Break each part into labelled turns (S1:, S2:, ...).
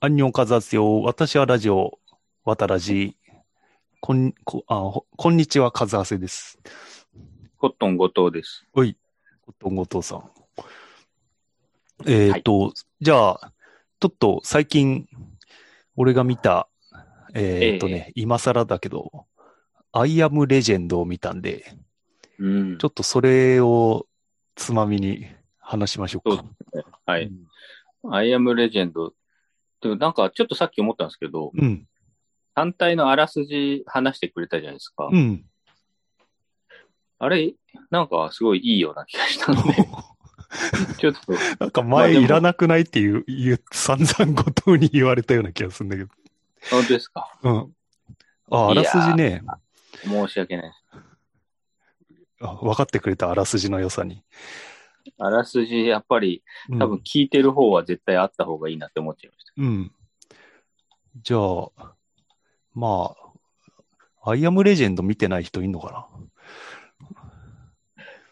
S1: アンニョンカズアツヨ、私はラジオ、わたらじ、こん、こ、あ、ほこんにちは、カズアセです。
S2: コットン後藤です。
S1: おい、コットン後藤さん。えっ、と、じゃあ、ちょっと最近、俺が見た、えっ、とね、今更だけど、アイアムレジェンドを見たんで、
S2: うん
S1: ちょっとそれをつまみに話しましょうか。
S2: は
S1: う
S2: い。
S1: ん
S2: アイアムレジェンド。でもなんか、ちょっとさっき思ったんですけど、
S1: うん、
S2: 単体のあらすじ話してくれたじゃないですか。
S1: うん。
S2: あれ、なんかすごいいいような気がしたので、ちょっと、
S1: なんか
S2: まあ
S1: 前
S2: でも
S1: いらなくないっていう、いう散々後藤に言われたような気がするんだけど。
S2: 本当ですか。
S1: うん。あ、あらすじね。
S2: 申し訳ない。
S1: あ分かってくれた、あらすじの良さに。
S2: あらすじ、やっぱり、
S1: うん
S2: 多分聞いてる方は絶対あった方がいいなって思っちゃいました。
S1: うん。じゃあ、まあ、アイアムレジェンド見てない人いんのか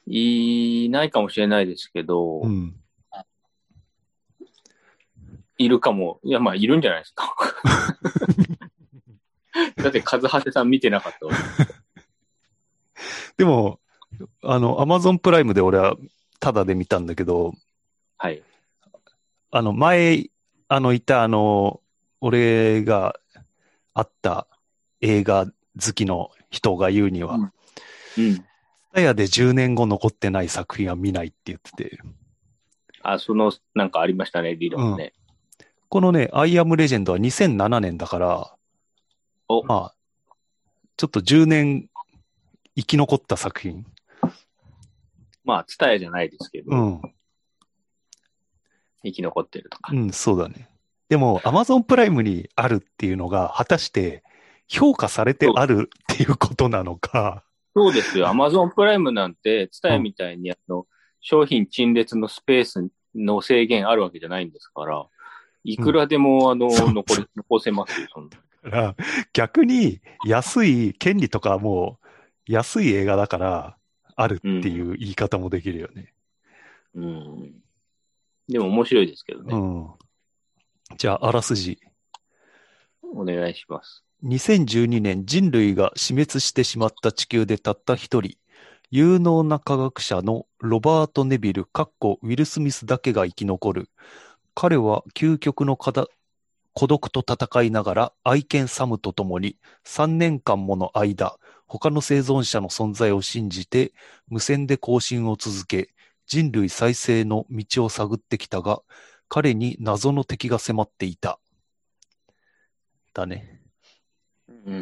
S2: いないかもしれないですけど、
S1: なうん。
S2: いるかも。いや、まあ、いるんじゃないですか。 だって、カズハセさん見てなかったわけ
S1: でも、あの、アマゾンプライムで俺はタダで見たんだけど、
S2: はい。
S1: あの、前、あの、いた、あの、俺が会った映画好きの人が言うには、
S2: うんうん。
S1: タヤで10年後残ってない作品は見ないって言ってて、
S2: あ、その、なんかありましたね、理論ね。
S1: このね、アイアムレジェンドは2007年だから、
S2: お
S1: まあ、ちょっと10年生き残った作品。
S2: まあ、ツタヤじゃないですけど、
S1: うん。
S2: 生き残ってるとか
S1: う。ん、そうだね。でも、アマゾンプライムにあるっていうのが、果たして評価されてあるっていうことなのか、
S2: そうですよ、アマゾンプライムなんて、ツタヤみたいに、あの、商品陳列のスペースの制限あるわけじゃないんですから、いくらでも、あの、
S1: そう
S2: 残り、残せますよ、そんな。
S1: だから逆に安い、権利とかはもう安い映画だから、あるっていう言い方もできるよね。
S2: うん。でも面白いですけど
S1: う
S2: ね。
S1: ん。じゃあ、あらすじ。
S2: お願いします。
S1: 2012年、人類が死滅してしまった地球でたった一人、有能な科学者のロバート・ネビル、かっこウィル・スミスだけが生き残る。彼は究極のかだ孤独と戦いながら、愛犬サムと共に3年間もの間、他の生存者の存在を信じて、無線で更新を続け、人類再生の道を探ってきたが、彼に謎の敵が迫っていた。だね。
S2: うんう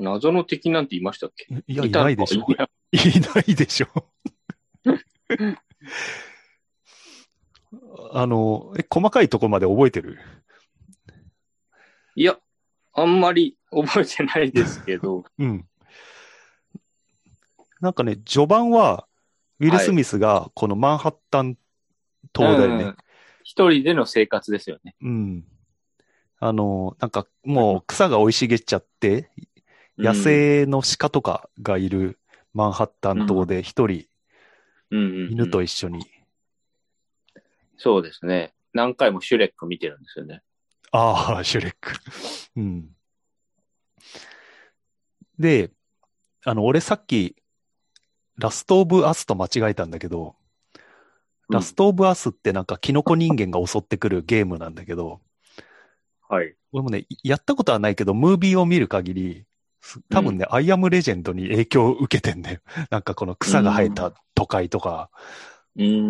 S2: ん。謎の敵なんていましたっけ
S1: いや、いないでしょ。
S2: いや
S1: いないでしょ。 あの、え、細かいとこまで覚えてる
S2: いや、あんまり覚えてないですけど、
S1: うん。なんかね、序盤は、ウィル・スミスが、このマンハッタン島だよね。
S2: うん一人での生活ですよね。
S1: うん。あの、なんか、もう草が生い茂っちゃって、野
S2: うん
S1: 生の鹿とかがいるマンハッタン島で一人、
S2: うんうん
S1: 犬と一緒に。
S2: そうですね。何回もシュレック見てるんですよね。
S1: ああ、シュレック。うん。で、あの、俺さっき、ラストオブアスと間違えたんだけど、ラストオブアスってなんかキノコ人間が襲ってくるゲームなんだけど、
S2: はい。
S1: 俺もね、やったことはないけど、ムービーを見る限り、す多分ね、アイアムレジェンドに影響を受けてんだよ。 なんかこの草が生えた都会とか。
S2: うー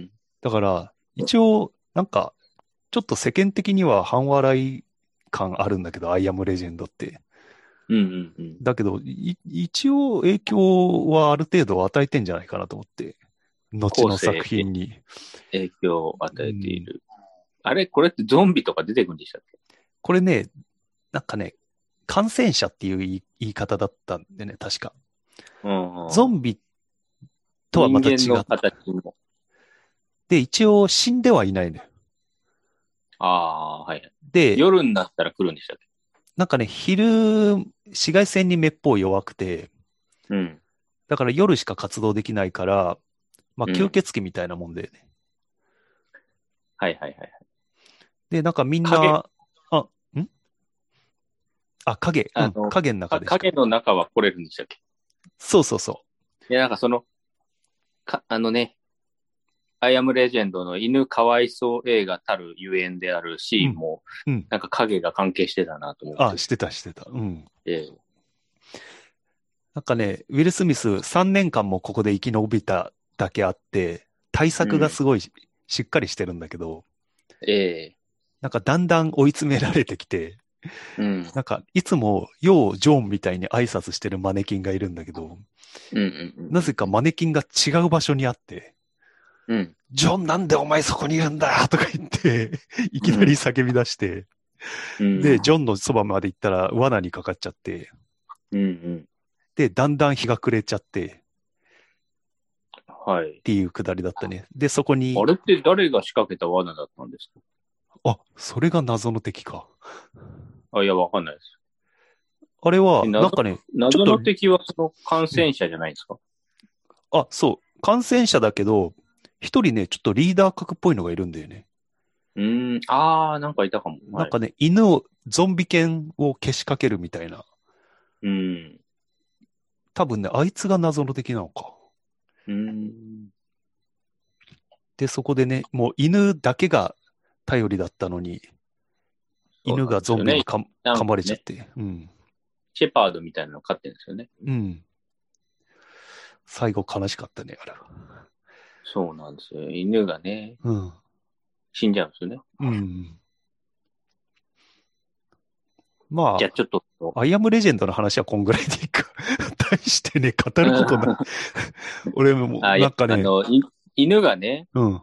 S2: ん。
S1: だから、一応、なんか、ちょっと世間的には半笑い感あるんだけど、アイアムレジェンドって。
S2: うんうんうん。
S1: だけど、い一応影響はある程度与えてんじゃないかなと思って、後の作品に。
S2: 影響を与えている。あれこれってゾンビとか出てくるんでしたっけ
S1: これね、なんかね、感染者っていう言い言い方だったんでね、確か。
S2: うんうん
S1: ゾンビとはまた違
S2: 人間の
S1: っ
S2: 形も。
S1: て、一応死んではいないのよ。
S2: ああー、はい。
S1: で、
S2: 夜になったら来るんでしたっ
S1: なんかね、昼、紫外線にめっぽう弱くて、
S2: けうん。
S1: だから夜しか活動できないから、まあ
S2: うん
S1: 吸血鬼みたいなもんだよね。
S2: はいはいはい。
S1: で、なんかみん
S2: 影
S1: な、あ、んあ、影、
S2: あ
S1: う
S2: の
S1: ん、影の中
S2: か
S1: でした。
S2: 影の中は来れるんでしたっけ
S1: そうそうそ
S2: いや、なんかその、か、あのね、アイアムレジェンドの犬かわいそう映画たるゆえんであるシーンも、
S1: うんうん
S2: なんか影が関係してたなと
S1: う
S2: 思。っ
S1: あ、してた、してた。うん。
S2: て、
S1: なんかね、ウィル・スミス3年間もここで生き延びただけあって、対策がすごいし,、っかりしてるんだけど、
S2: ええ
S1: なんかだんだん追い詰められてきて、
S2: うん、
S1: なんかいつも、よう、ジョーンみたいに挨拶してるマネキンがいるんだけど、
S2: うん、うん、うん
S1: なぜかマネキンが違う場所にあって、
S2: うん、
S1: ジョンなんでお前そこにいるんだとか言って、いきなり叫び出して、
S2: うん。
S1: で、ジョンのそばまで行ったら罠にかかっちゃって、
S2: うん、うん。
S1: で、だんだん日が暮れちゃってっ
S2: はい。
S1: ていうくだりだったね。で、そこに
S2: あ、れって誰が仕掛けた罠だったんです
S1: あ、それが謎の敵か。
S2: かあ、いや、わかんないです。
S1: あれは、
S2: え謎
S1: なんかね、
S2: 謎の敵はその感染者じゃないですか
S1: あ、そう、感染者だけど、一人ね、ちょっとリーダー格っぽいのがいるんだよね。
S2: うーん、あー、なんかいたかも。はい
S1: なんかね、犬を、ゾンビ犬をけしかけるみたいな。
S2: うん。
S1: 多分ね、あいつが謎の敵なのか。
S2: うん。
S1: で、そこでね、もう犬だけが頼りだったのに、犬がゾンビにか、
S2: なんか
S1: 噛まれちゃっ
S2: ね
S1: て。うん。
S2: シェパードみたいなの飼ってるんですよね。
S1: うん。最後悲しかったね、あれは。
S2: そうなんですよ。犬がね、
S1: うん。
S2: 死んじゃうんですよね。
S1: うん。ま
S2: じゃあちょっと、
S1: あ、アイアムレジェンドの話はこんぐらいでいいか。 大してね、語ること ない。俺も、
S2: あい
S1: な
S2: や
S1: んか
S2: あ
S1: ね、
S2: のい犬がね、
S1: うん、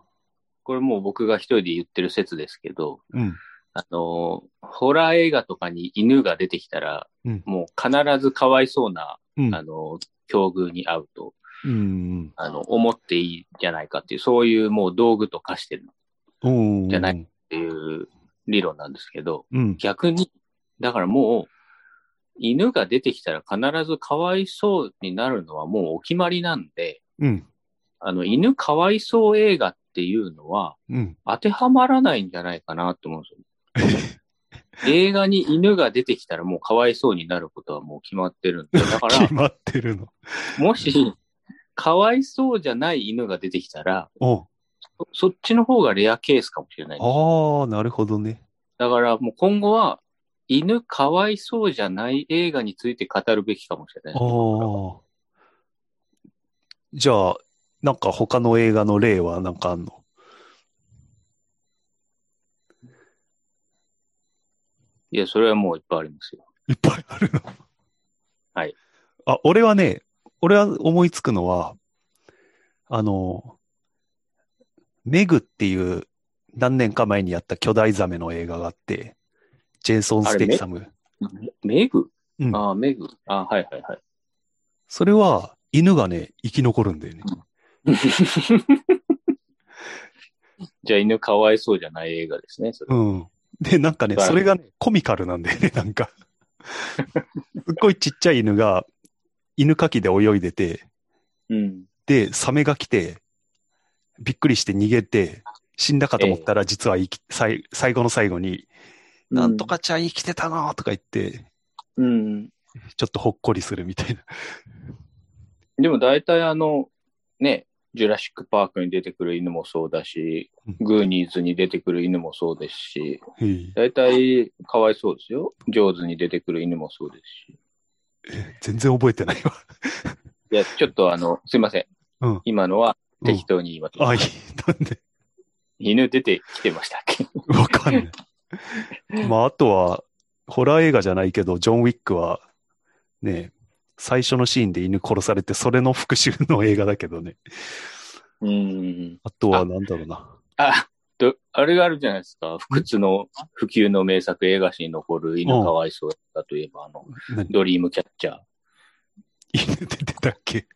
S2: これもう僕が一人で言ってる説ですけど、
S1: うん、
S2: あの、ホラー映画とかに犬が出てきたら、
S1: うん
S2: もう必ずかわいそうな、
S1: うん、
S2: あの、境遇に合うと、
S1: うん、
S2: あの、思っていいんじゃないかっていう、そういうもう道具と化してるっ
S1: うん、
S2: じゃないていう理論なんですけど、
S1: うん、
S2: 逆に、だからもう、犬が出てきたら必ずかわいそうになるのはもうお決まりなんで、
S1: うん、
S2: あの、犬かわいそう映画っていうのは
S1: うん、
S2: 当てはまらないんじゃないかなと思うん ですよ。映画に犬が出てきたらもうかわいそうになることはもう決まってるんで、だか ら
S1: 決、まってるの。
S2: もし、かわいそうじゃない犬が出てきたら、
S1: おう
S2: そそっちの方がレアケースかもしれない。
S1: ああ、なるほどね。
S2: だからもう今後は、犬かわいそうじゃない映画について語るべきかもしれない
S1: あ。あ。じゃあ、なんか他の映画の例はなんかあんの
S2: いや、それはもういっぱいありますよ。
S1: いっぱいあるの。
S2: はい。
S1: あ、俺はね、俺は思いつくのは、あの、メグっていう何年か前にやった巨大ザメの映画があって、ジェイソン・ステイサム。
S2: メグ
S1: うん
S2: ああ、メグああ、はいはいはい。
S1: それは犬がね、生き残るんだよね。
S2: じゃあ犬かわいそうじゃない映画ですね。それ
S1: うん。で、なんかね、
S2: はい
S1: それがね、コミカルなんだよね、なん か。すっごいちっちゃい犬が、犬かきで泳いでて、
S2: うん。
S1: で、サメが来て、びっくりして逃げて、死んだかと思ったら、実は生き、最最後の最後に、なんと。かちゃん生きてたのとか言って、
S2: うん。
S1: ちょっとほっこりするみたいな。
S2: でも大体あの、ね、ジュラシック・パークに出てくる犬もそうだし
S1: うん、
S2: グーニーズに出てくる犬もそうですし、
S1: へい
S2: 大体かわいそうですよ。ジョーズに出てくる犬もそうですし。
S1: 全然覚えてないわ。
S2: いや、ちょっとあの、すいません。
S1: うん
S2: 今のは
S1: うん
S2: 適当に言いました。
S1: あ、いい。なんで、
S2: 犬出てきてましたっけ
S1: わかんない。まあ、あとは、ホラー映画じゃないけど、ジョン・ウィックは、ね、最初のシーンで犬殺されて、それの復讐の映画だけどね。
S2: うん。
S1: あとは、
S2: あ
S1: なんだろうな。
S2: あ、とあれがあるじゃないですか。不屈の普及の名作映画史に残る犬かわいそうだといえば、あの、
S1: 何
S2: ドリームキャッチャー。
S1: 犬出てたっけ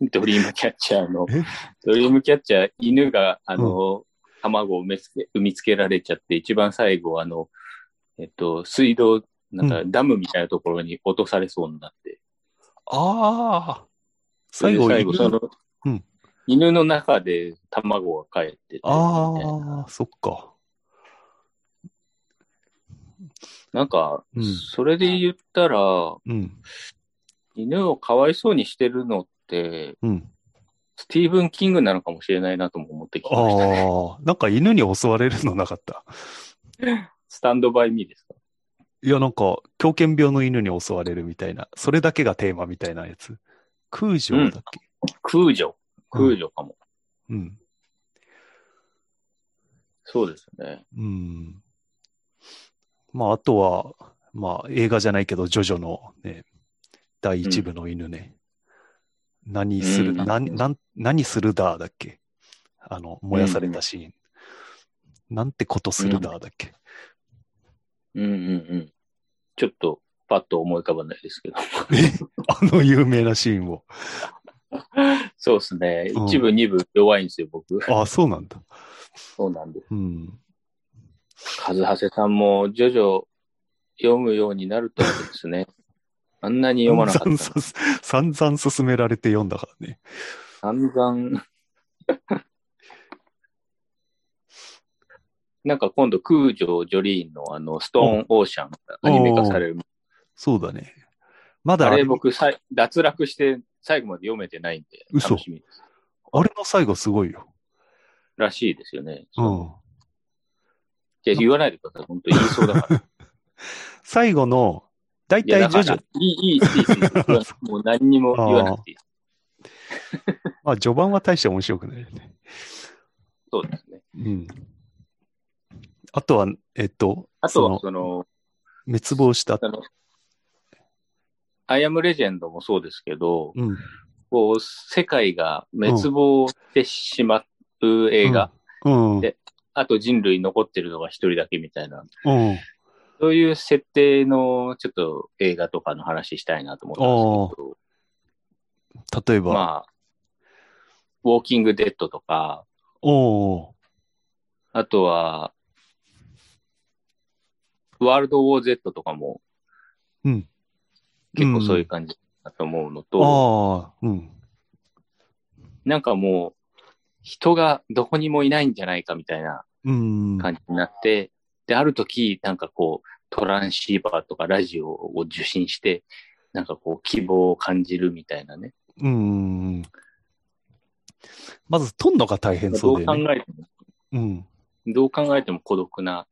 S2: ドリームキャッチャーの
S1: え、
S2: ドリームキャッチャー、犬が、あの、卵を産みつけ産みつけられちゃって、一番最後、あの、えっと、水道、なんか
S1: う
S2: ダムみたいなところに落とされそうになって、
S1: ああ。最後、
S2: それで最後、その、
S1: うん
S2: 犬の中で卵が帰ってて、みたいな
S1: ああ、そっか。
S2: なんか
S1: うん、
S2: それで言ったら、
S1: うん、
S2: 犬をかわいそうにしてるのって、
S1: うん。
S2: スティーブン・キングなのかもしれないなとも思ってきました。
S1: ああ、なんか犬に襲われるのなかった。
S2: スタンドバイ・ミーですか
S1: いや、なんか、狂犬病の犬に襲われるみたいな、それだけがテーマみたいなやつ。空城だっけ、
S2: 空女。空女かも。
S1: うん、
S2: そうですね。
S1: うん。まあ、あとは、まあ、映画じゃないけど、ジョジョのね、第一部の犬ね。何する、
S2: うん
S1: 何、何、何するだーだっけあの、燃やされたシーン。なんてことするだーだっけ、
S2: うんうんうん。ちょっと、パッと思い浮かばないですけど。
S1: え あの有名なシーンを。
S2: そうですね。
S1: うん
S2: 一部、二部弱いんですよ、 僕。
S1: ああ、そうなんだ。
S2: そうなんです。
S1: うん。
S2: カズハセさんも、ジョジョ読むようになるとです ね。あんなに読まなかった
S1: 散々散々勧められて読んだからね。
S2: 散々。 なんか今度、空城ジョリーンのあの、ストーンオーシャンがアニメ化される。
S1: そうだね。まだ
S2: あ
S1: あれ
S2: れ僕さい、脱落して最後まで読めてないんで、
S1: 嘘
S2: 楽しみです。
S1: あれの最後すごいよ。
S2: らしいですよね。
S1: うん。
S2: じゃあ言わないでください。本当言いそうだから。
S1: 最後の、だい
S2: いや
S1: たいジョジ
S2: だか
S1: ョ
S2: ら、いい、いい、 いいです。もう何にも言わなくていい。
S1: まあ序盤は大して面白くないよね。
S2: そうですね。
S1: うん。あとは、えっと、
S2: あとは、
S1: そ
S2: その、
S1: の滅亡した
S2: あ。の、アイアムレジェンドもそうですけど、
S1: うん。
S2: こう、世界が滅亡してしまう映画、
S1: うん。うん。
S2: であと人類残ってるのが一人だけみたいな、
S1: うん。
S2: そういう設定のちょっと映画とかの話したいなと思ったんですけど、
S1: 例えば、
S2: まあ、ウォーキングデッドとか、
S1: おう
S2: あとは、ワールドウォー Z とかも、
S1: うん
S2: 結構そういう感じだと思うの
S1: あ
S2: と、
S1: あ、うん。
S2: なんかもう、人がどこにもいないんじゃないかみたいな
S1: うん。
S2: 感じになって、で、ある時、なんかこう、トランシーバーとかラジオを受信して、なんかこう、希望を感じるみたいなね。
S1: うん。まず、とんのが大変
S2: ど
S1: そう
S2: う
S1: だ
S2: 考
S1: よね。
S2: えて
S1: うん。
S2: も、どう考えても孤独な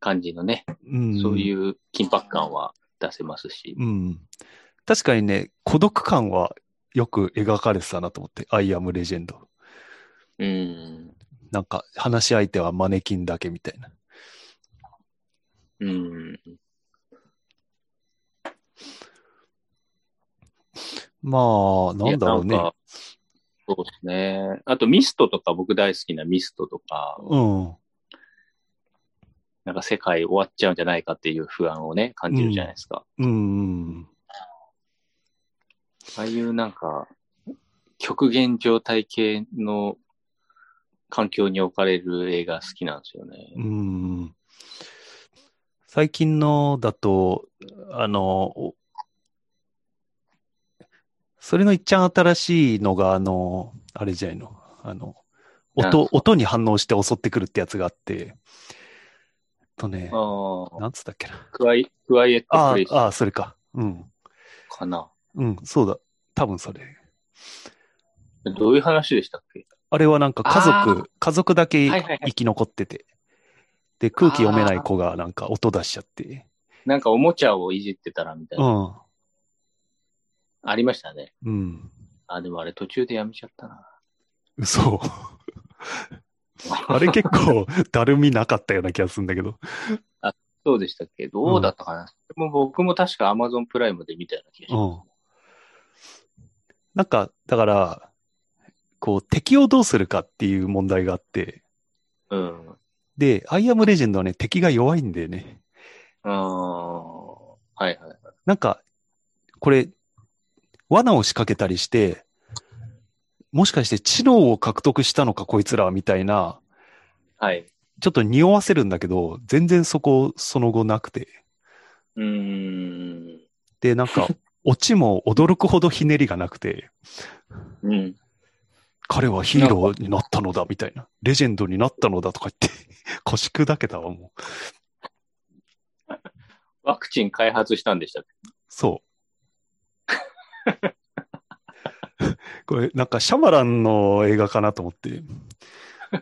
S2: 感じのね、
S1: うん。
S2: そういう緊迫感は出せますし。
S1: うん。確かにね、孤独感はよく描かれてたなと思って、アイアムレジェンド。
S2: うん。
S1: なんか、話し相手はマネキンだけみたいな。
S2: うん。
S1: まあ、なんだろう
S2: い
S1: ね
S2: や。なんかそうですね。あと、ミストとか、僕大好きなミストとか、
S1: うん。
S2: なんか世界終わっちゃうんじゃないかっていう不安をね、感じるじゃないですか。
S1: うん。
S2: ああいうなんか、極限状態系の環境に置かれる映画好きなんですよね。
S1: うん。最近のだと、あの、おそれの一ちゃん新しいのが、あの、あれじゃないの。あの、音、音に反応して襲ってくるってやつがあって、えっとね、
S2: ああ、
S1: なんつったっけな。
S2: クワイ、クワイエット
S1: あ
S2: プレイス
S1: あ、ああ、それか。うん。
S2: かな。
S1: うん、そうだ。多分それ。
S2: どういう話でしたっけ
S1: あれはなんか家
S2: あ
S1: 族、家族だけ
S2: はいはいはい
S1: 生き残ってて。で、空気読めない子がなんか音出しちゃって。
S2: なんかおもちゃをいじってたらみたいうな。
S1: ん。
S2: ありましたね。
S1: うん。
S2: あ、でもあれ途中でやめちゃったな。
S1: 嘘。あれ結 構、だるみなかったような気がするんだけど。
S2: そうでしたっけどうだったかな、でも僕も確か Amazon プライムで見たような気がし
S1: う
S2: ます。
S1: ん。なんか、だから、こう、敵をどうするかっていう問題があって。
S2: うん。う
S1: で、アイアムレジェンドはね、敵が弱いんだよね。
S2: ーん。はいはいはい。
S1: なんか、これ、罠を仕掛けたりして、もしかして知能を獲得したのか、こいつらは、みたいな、
S2: はい。
S1: ちょっと匂わせるんだけど、全然そこ、その後なくて。
S2: うーん。
S1: で、なんか、オチも驚くほどひねりがなくて、
S2: うん。
S1: 彼はヒーローになったのだ、 みたいな。レジェンドになったのだとか言って、腰砕けたわ、も
S2: ワクチン開発したんでしたっけ
S1: そう。 これ、なんかシャマランの映画かなと思って、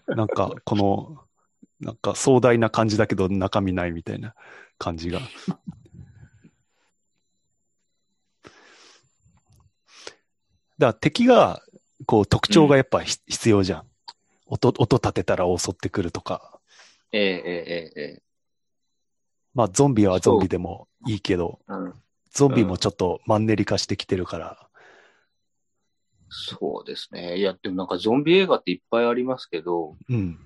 S1: なんかこの、なんか壮大な感じだけど中身ないみたいな感じが。だから敵が、こう特徴がやっぱひ、必要じゃん。音、音立てたら襲ってくるとか。
S2: ええええええ
S1: まあゾンビはゾンビでもいいけど、
S2: うん。
S1: ゾンビもちょっとマンネリ化してきてるから、
S2: そうですね。いや、でもなんかゾンビ映画っていっぱいありますけど、
S1: うん。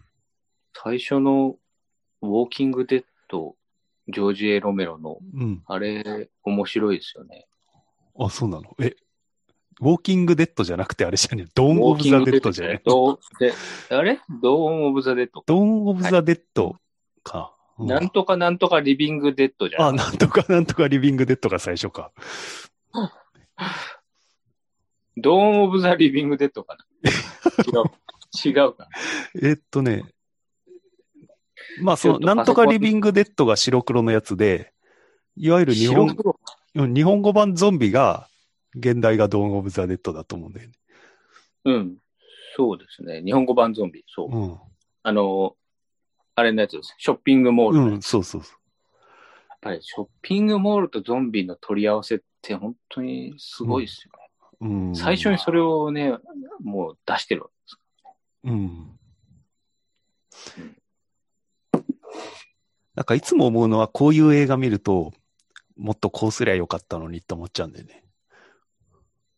S2: 最初のウォーキングデッド、ジョージ・エ・ロメロの、
S1: うん。
S2: あれ、面白いですよね。
S1: あ、そうなのえ、ウォーキングデッドじゃなくてあれじゃねドー
S2: ウ
S1: ン・オ
S2: ォー
S1: ブ・
S2: キン
S1: ザ・
S2: グ
S1: デ
S2: デ
S1: ッ
S2: ッ
S1: ド
S2: ド
S1: じゃね
S2: どうで、あれドーン・オブ・ザ・デッド。
S1: ドーン・オブ・ザ・デッドか。うん
S2: なんとかなんとかリビングデッドじゃ
S1: あ、
S2: ん。
S1: なんとかなんとかリビングデッドが最初か。
S2: ドーン・オブ・ザ・リビングデッド かな。違う。違うか。
S1: えっとね、まあその、
S2: ちょっとパソコン
S1: なんとかリビングデッドが白黒のやつで、いわゆる日本
S2: 白黒
S1: 日本語版ゾンビが、現代がドーン・オブ・ザ・デッドだと思うんだよね。
S2: うん。そうですね。日本語版ゾンビ。そう。
S1: うん。
S2: あの、あれのやつです。ショッピングモール。
S1: うん、そうそうそう。
S2: やっぱりショッピングモールとゾンビの取り合わせって本当にすごいですよね。
S1: うん、
S2: 最初にそれをね、もう出してるわけです。
S1: うん。なんかいつも思うのは、こういう映画見ると、もっとこうすりゃよかったのにって思っちゃうんだよね。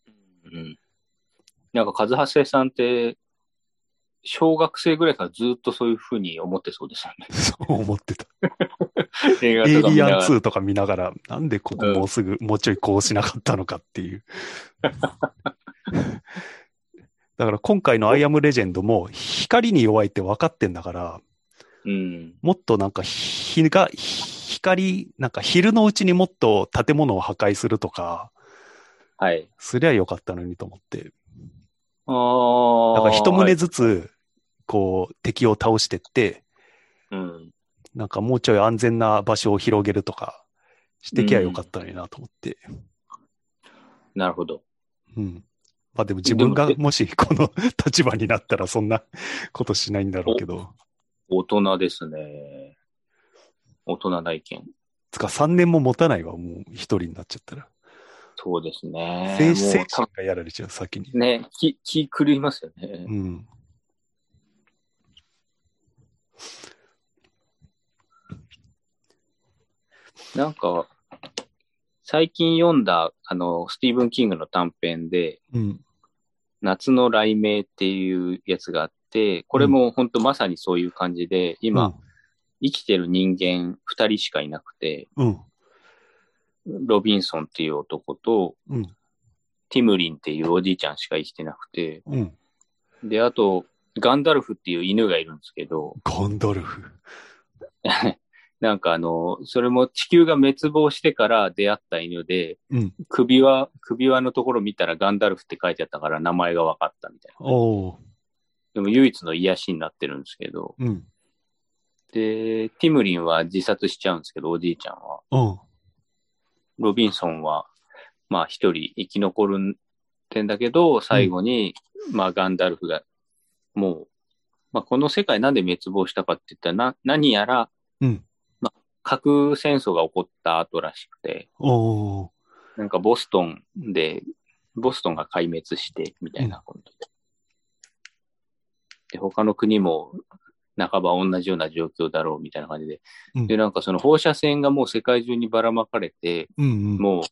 S2: うん。なんか、和橋さんって、小学生ぐらいからずっとそういうふうに思ってそうですよね。
S1: そう思ってた。
S2: 映画
S1: エイ
S2: とか見
S1: リ
S2: な
S1: アン
S2: がら。
S1: 2とか見ながら、なんでここもうすぐ、もうちょいこうしなかったのかっていう。 だから今回のアイアムレジェンドも光に弱いって分かってんだから、
S2: うん。
S1: もっとなんか日が、ひ光、なんか昼のうちにもっと建物を破壊するとか、
S2: はい。
S1: すりゃよかったのにと思って。
S2: あ
S1: だ
S2: あ。
S1: から一
S2: は
S1: 棟
S2: い
S1: ずつ、こう、敵を倒してって、
S2: うん。
S1: なんかもうちょい安全な場所を広げるとか、してきゃよかったのになと思って。
S2: なるほど。
S1: うん。まあでも自分が
S2: でも
S1: もしこの 立場になったらそんな ことしないんだろうけど。
S2: 大人ですね。大人な意見。
S1: つか3年も持たないわ、もう一人になっちゃったら。
S2: そうですね。
S1: 精
S2: も
S1: 精
S2: う多
S1: 神がやられちゃう、先に。
S2: 分ね、気、気狂いますよね。
S1: うん。
S2: なんか、最近読んだ、あの、スティーブン・キングの短編で、
S1: うん。
S2: 夏の雷鳴っていうやつがあって、これも本当まさにそういう感じで、今、生きてる人間2人しかいなくて、
S1: うん。
S2: ロビンソンっていう男と、
S1: うん。
S2: ティムリンっていうおじいちゃんしか生きてなくて、
S1: うん。
S2: で、あと、ガンダルフっていう犬がいるんですけど、
S1: ゴンドルフ。
S2: なんかあの、それも地球が滅亡してから出会った犬で、
S1: うん。
S2: 首輪、首輪のところ見たらガンダルフって書いてあったから名前が分かったみたいな。
S1: おー
S2: でも唯一の癒しになってるんですけど、
S1: うん。
S2: で、ティムリンは自殺しちゃうんですけど、おじいちゃんは。
S1: うん。
S2: ロビンソンは、まあ一人生き残るんてんだけど、最後に、まあガンダルフが、もう、まあこの世界なんで滅亡したかって言ったら、な、何やら、
S1: うん
S2: まあ核戦争が起こった後らしくて、
S1: おー
S2: なんかボストンで、ボストンが壊滅して、みたいなことで。で、他の国も、半ば同じような状況だろう、みたいな感じで。
S1: うん
S2: で、なんかその放射線がもう世界中にばらまかれて、
S1: うんうん。
S2: もう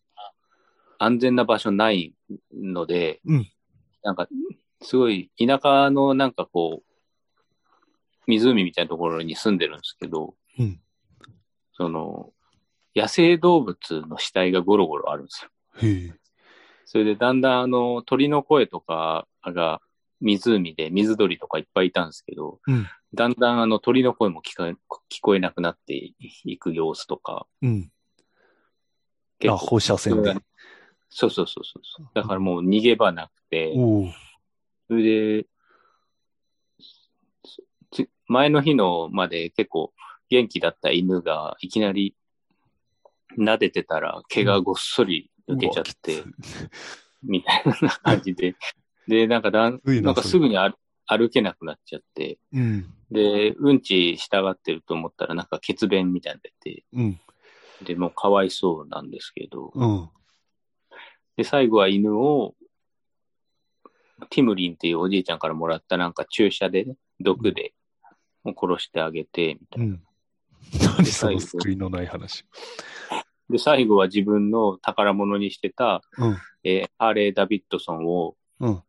S2: 安全な場所ないので、
S1: うん
S2: なんか、すごい田舎のなんかこう、湖みたいなところに住んでるんですけど、
S1: うん
S2: その、野生動物の死体がゴロゴロあるんですよ。
S1: へえ。
S2: それでだんだんあの鳥の声とかが湖で水鳥とかいっぱいいたんですけど、
S1: うん
S2: だんだんあの鳥の声も聞か聞こえなくなっていく様子とか、
S1: うん。
S2: 結
S1: あ、
S2: 構
S1: 放射
S2: そ
S1: 線
S2: れ
S1: で
S2: が。そうそうそうそう。だからもう逃げ場なくて、
S1: おー
S2: それで、つ前の日のまで結構元気だった犬がいきなり撫でてたら毛がごっそり抜けちゃって、みたいな感じで。で、なんかだん、
S1: ついな
S2: なんかすぐに歩歩けなくなっちゃって、
S1: うん。
S2: で、うんちしたがってると思ったら、なんか血便みたいなの出て、
S1: うん。
S2: で、もうかわいそうなんですけど、
S1: うん。
S2: で、最後は犬を、ティムリンっていうおじいちゃんからもらったなんか注射でね、毒で、もう殺してあげて、みたいうな。
S1: ん。何その救いのない話。
S2: で、最後は自分の宝物にしてた、
S1: うん。
S2: えーハーレー・ダビッドソンを、
S1: うん。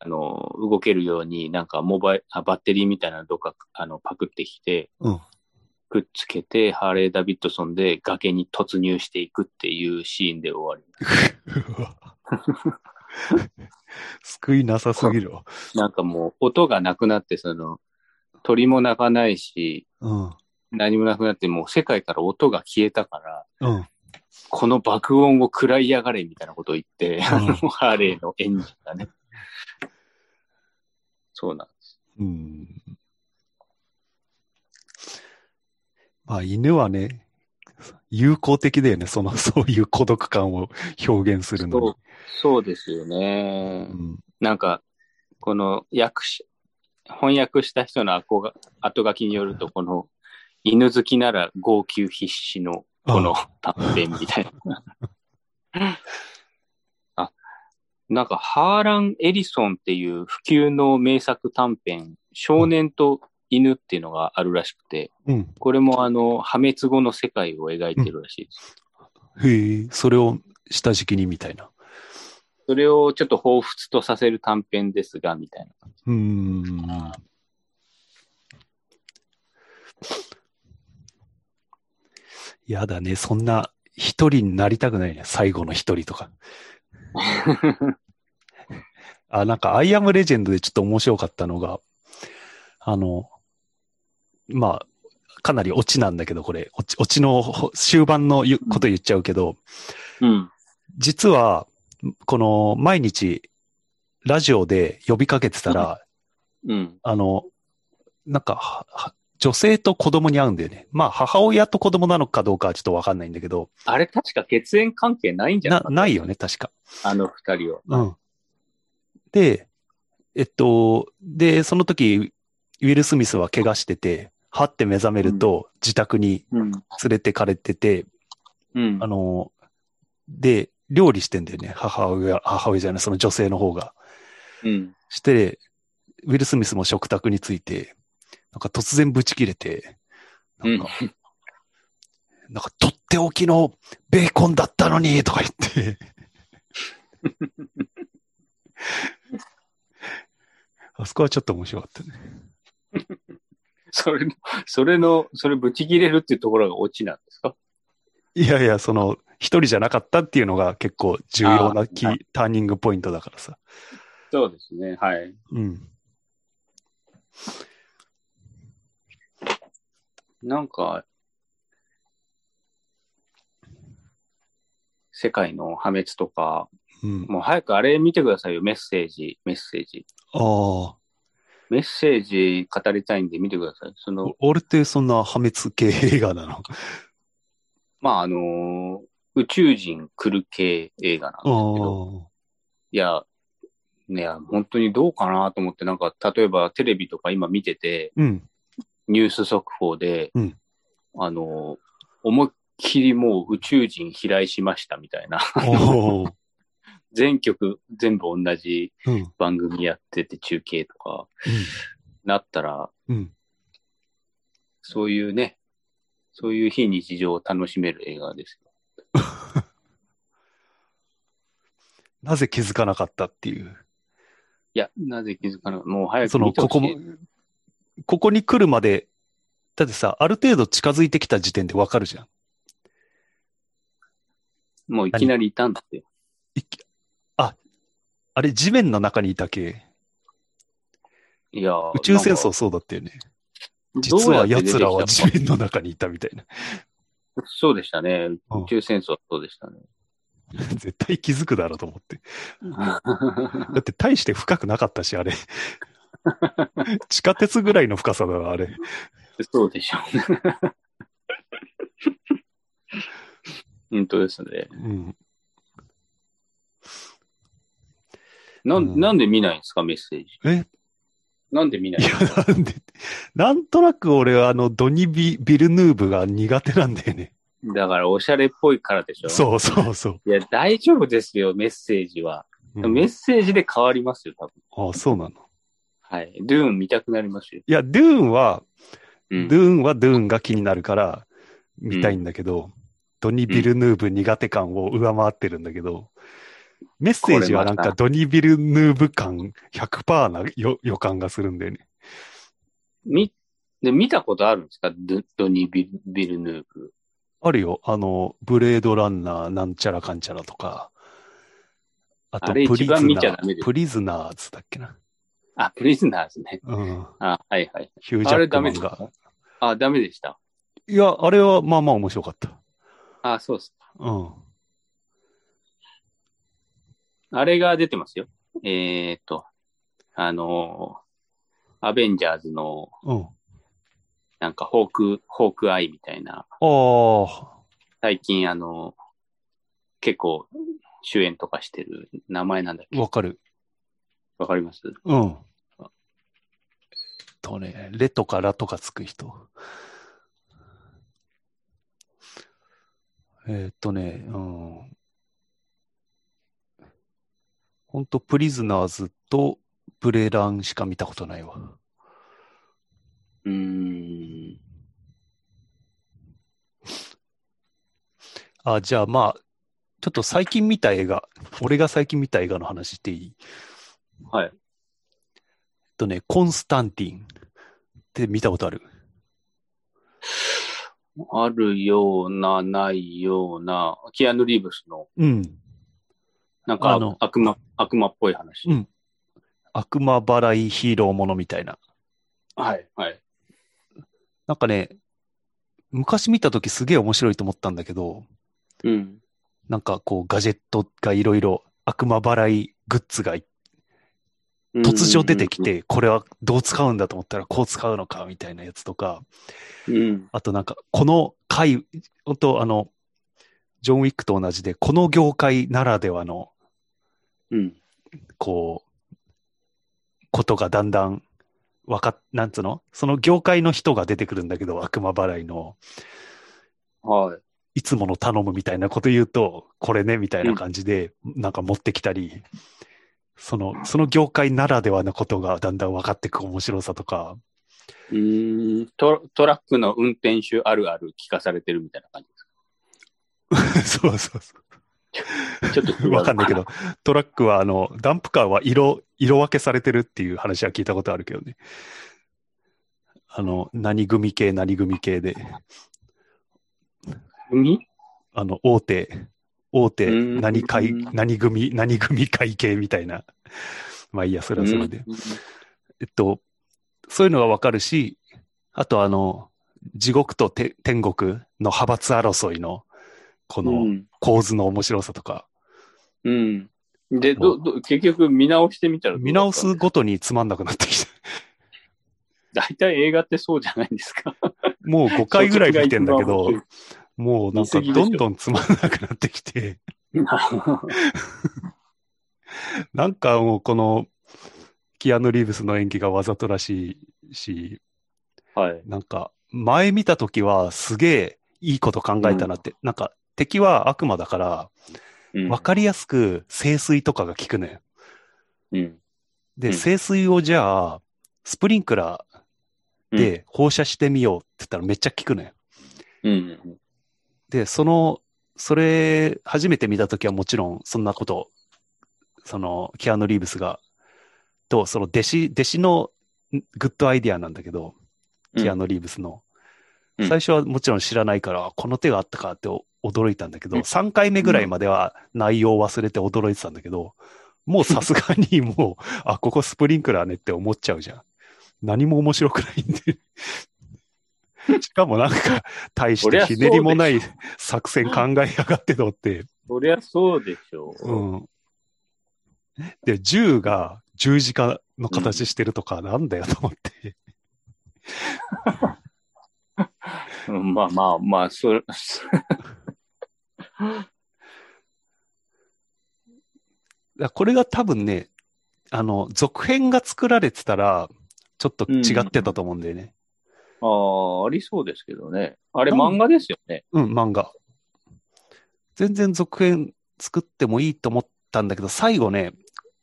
S2: あの、動けるように、なんかモバイあ、バッテリーみたいなのどっか、あの、パクってきて、
S1: うん。
S2: くっつけて、ハーレー・ダビッドソンで崖に突入していくっていうシーンで終わり。
S1: うわ救いなさすぎるわ。
S2: なんかもう音がなくなって、その、鳥も鳴かないし、
S1: うん。
S2: 何もなくなって、もう世界から音が消えたから、
S1: うん。
S2: この爆音を食らいやがれみたいなことを言って、
S1: うん
S2: あの、 ハーレーのエンジンがね。そうなんです。
S1: うん。まあ、犬はね、友好的だよね。その、そういう孤独感を表現するの
S2: そ
S1: に
S2: う。そうですよね。
S1: うん。
S2: なんか、この訳し、翻訳した人の後が後書きによると、この、犬好きなら号泣必至の、この短編みたいな。 あ、なんか、ハーラン・エリソンっていう普及の名作短編、少年と犬っていうのがあるらしくて、
S1: うん。
S2: これもあの、破滅後の世界を描いてるらしいです。
S1: へえ、それを下敷きにみたいな。
S2: それをちょっと彷彿とさせる短編ですが、みたいな。
S1: うーん。やだね。そんな一人になりたくないね。最後の一人とか。あ、なんか、アイアムレジェンドでちょっと面白かったのが、あの、まあ、かなりオチなんだけど、これ、オチオチのほ終盤のゆこと言っちゃうけど、
S2: うん。
S1: 実は、この、毎日、ラジオで呼びかけてたら、
S2: うん。
S1: あの、なんか、はは女性と子供に会うんだよね。まあ、母親と子供なのかどうかはちょっとわかんないんだけど、
S2: あれ確か血縁関係ないんじゃな
S1: な
S2: か、った
S1: ないよね、確か。
S2: あの二人は。
S1: うん。で、えっと、で、その時、ウィル・スミスは怪我してて、はって目覚めると、自宅に
S2: うん。
S1: 連れてかれてて、
S2: うん
S1: あ。の、で、料理してんだよね、母親、母親じゃない、その女性の方が。
S2: うん。
S1: して、ウィル・スミスも食卓について、なんか突然ブチ切れて、なんか、なんかとっておきのベーコンだったのにとか言っ て。あそこはちょっと面白かったね。
S2: それの、それの、それブチ切れるっていうところがオチなんですか
S1: いやいや、その、一人じゃなかったっていうのが結構重要なキ
S2: あーは
S1: ーターニングポイントだからさ。
S2: そうですね。はい。
S1: うん。
S2: なんか、世界の破滅とか、
S1: うん。
S2: もう早くあれ見てくださいよ。メッセージ、メッセージ。
S1: ああ、お
S2: メッセージ語りたいんで見てください。その、
S1: 俺ってそんな破滅系映画なの。
S2: まあ、あの宇宙人来る系映画なんですけど、いや、ね、本当にどうかなと思って、なんか、例えばテレビとか今見てて、
S1: ああ、うん。
S2: ニュース速報で、
S1: うん
S2: あの、思いっきりもう宇宙人飛来しましたみたいな、
S1: おー
S2: 全曲全部同じ
S1: うん。
S2: 番組やってて中継とかなったら、
S1: うん。
S2: そういうね、そういう非日常を楽しめる映画ですよ。
S1: なぜ気づかなかったっていう。
S2: いや、なぜ気づかないもう早
S1: そ
S2: く
S1: の、
S2: 見て
S1: こ
S2: ほし
S1: こ
S2: い。
S1: も、ここに来るまで、だってさ、ある程度近づいてきた時点でわかるじゃん。
S2: もういきなりいたんだって。
S1: いきあ、あれ、地面の中にいた系。
S2: いや、
S1: 宇宙戦争そうだったよね。
S2: なんか
S1: 実は奴らは
S2: どうやって出て
S1: 地面
S2: きたのか
S1: の中にいたみたいな。
S2: そうでしたね。
S1: うん
S2: 宇宙戦争はそうでしたね。
S1: 絶対気づくだろうと思って。だって大して深くなかったし、あ れ。地下鉄ぐらいの深さだな、あれ。
S2: そうでしょうね。本当ですね。
S1: うん。
S2: な
S1: うん
S2: ん、なんで見ないんですか、メッセージ。
S1: え
S2: なんで見ないんですか
S1: なんで、なんとなく俺はあの、ドニビ・ビルヌーブが苦手なんだよね。
S2: だから、おしゃれっぽいからでしょ。。
S1: そうそうそう
S2: いや、大丈夫ですよ、メッセージは。
S1: う。うん
S2: メッセージで変わりますよ、多分。
S1: あそうなの。
S2: はい。ドゥーン見たくなりますよ。
S1: いや、ドゥーンは、
S2: うん
S1: ドゥーンはドゥーンが気になるから、見たいんだけど、ドニ・ビルヌーブ苦手感を上回ってるんだけど、メッセージはなん
S2: これ
S1: か
S2: ま
S1: ドニ・ビルヌーブ感100%なよ予感がするんだよね。
S2: み、で、見たことあるんですかドドニー・ビルビルヌーブ。
S1: あるよ。あの、ブレードランナーなんちゃらかんちゃらとか、あと
S2: あ
S1: プ
S2: れ
S1: リズ
S2: 一
S1: ナ
S2: 番見ちゃダメ
S1: ー
S2: で、す
S1: プリズナーズだっけな。
S2: あ、プリズナーズね。
S1: うん。
S2: あ、はいはい。
S1: ヒュージ
S2: あ
S1: ャッ
S2: れ
S1: ク
S2: ダ
S1: マ
S2: メ
S1: ン
S2: でした
S1: が。。
S2: あ、ダメでした。
S1: いや、あれはまあまあ面白かった。
S2: あ、そうです。
S1: うん。
S2: あれが出てますよ。えーっと、あのーアベンジャーズの、
S1: うん。あ
S2: なんか、ホーク、ホークアイみたいな、
S1: あ。
S2: 最近、あのー結構、主演とかしてる名前なんだっけ
S1: わかる。
S2: わかります
S1: うん。とね、レとかラとかつく人。えーっとね、うん。ほんと、プリズナーズとブレランしか見たことないわ。
S2: うーん。
S1: あ、じゃあまあ、ちょっと最近見た映画、俺が最近見た映画の話していい
S2: は
S1: え
S2: い。
S1: っとね、コンスタンティンって見たことある。
S2: あるような、ないような、キアヌ・リーブスの、
S1: うん。
S2: なんか
S1: あの
S2: 悪魔、悪魔っぽい話。
S1: うん悪魔払いヒーローものみたいな。
S2: はい。はい。
S1: なんかね、昔見たときすげえ面白いと思ったんだけど、
S2: うん。
S1: なんかこうガジェットがいろいろ悪魔払いグッズが突如出てきて、これはどう使うんだと思ったらこう使うのかみたいなやつとか、
S2: うん。うん。
S1: あとなんかこの回、ほんとあの、ジョン・ウィックと同じで、この業界ならではの、
S2: うん。
S1: こう、ことがだんだんわかっ、なんつうのその業界の人が出てくるんだけど、悪魔払いの。
S2: はい。
S1: いつもの頼むみたいなこと言うと、これね、みたいな感じで、なんか持ってきたり、その、その業界ならではのことがだんだん分かってく面白さとか、
S2: うーんトトラックの運転手あるある聞かされてるみたいな感 じ
S1: そうそうそ
S2: です。ちょっと
S1: う。
S2: 違う
S1: わかんないけど、トラックは、あの、ダンプカーは色、色分けされてるっていう話は聞いたことあるけどね。あの、何組系、何組系で、
S2: 海
S1: あの、大手、大手、
S2: うん
S1: 何会、何組、何組会系みたいな。まあいいや、それはそれで。えっと、そういうのがわかるし、あとあの、地獄とて天国の派閥争いの、こ
S2: う
S1: の
S2: ん。
S1: 構図の面白さとか、
S2: うん。で、ど、ど、結局見直してみたらどうだ
S1: 見
S2: った
S1: 直すごとにつまんなくなってきた。
S2: 大体映画ってそうじゃないですか。
S1: もう5回ぐらい見てんだけど、もうなんか
S2: 見過ぎでし
S1: ど
S2: ょ
S1: んどんつまんなくなってきて、 なんかもうこの、キアヌ・リーブスの演技がわざとらしいし、
S2: はい。
S1: なんか、前見たときはすげえいいこと考えたなって、なんか、敵は悪魔だから、
S2: うん
S1: わかりやすく清水とかが効くね。
S2: うん。
S1: で、
S2: うん
S1: 清水をじゃあ、スプリンクラーで放射してみようって言ったらめっちゃ効くね。
S2: うん。
S1: で、その、それ、初めて見たときはもちろん、そんなこと、その、キアヌ・リーブスが、と、その弟子、弟子のグッドアイディアなんだけど、キアヌ・リーブスの。
S2: うん
S1: 最初はもちろん知らないから、この手があったかってお驚いたんだけど、
S2: うん
S1: 3回目ぐらいまでは内容を忘れて驚いてたんだけど、もうさすがにもう、あ、ここスプリンクラーねって思っちゃうじゃん。何も面白くないんで。 しかもなんか、大し
S2: そり
S1: て
S2: ゃそう
S1: ひ
S2: でしょ
S1: ねりもない作戦考えやがってと思って、
S2: そりゃそうでしょう。
S1: うん。で、銃が十字架の形してるとか、なんだよと思って。
S2: うんまあまあまあ、それ、
S1: やこれが多分ね、あの、続編が作られてたら、ちょっと違ってたと思うんだよね。
S2: ああ、ありそうですけどね。あれ漫画ですよね。
S1: うん、漫画。全然続編作ってもいいと思ったんだけど、最後ね、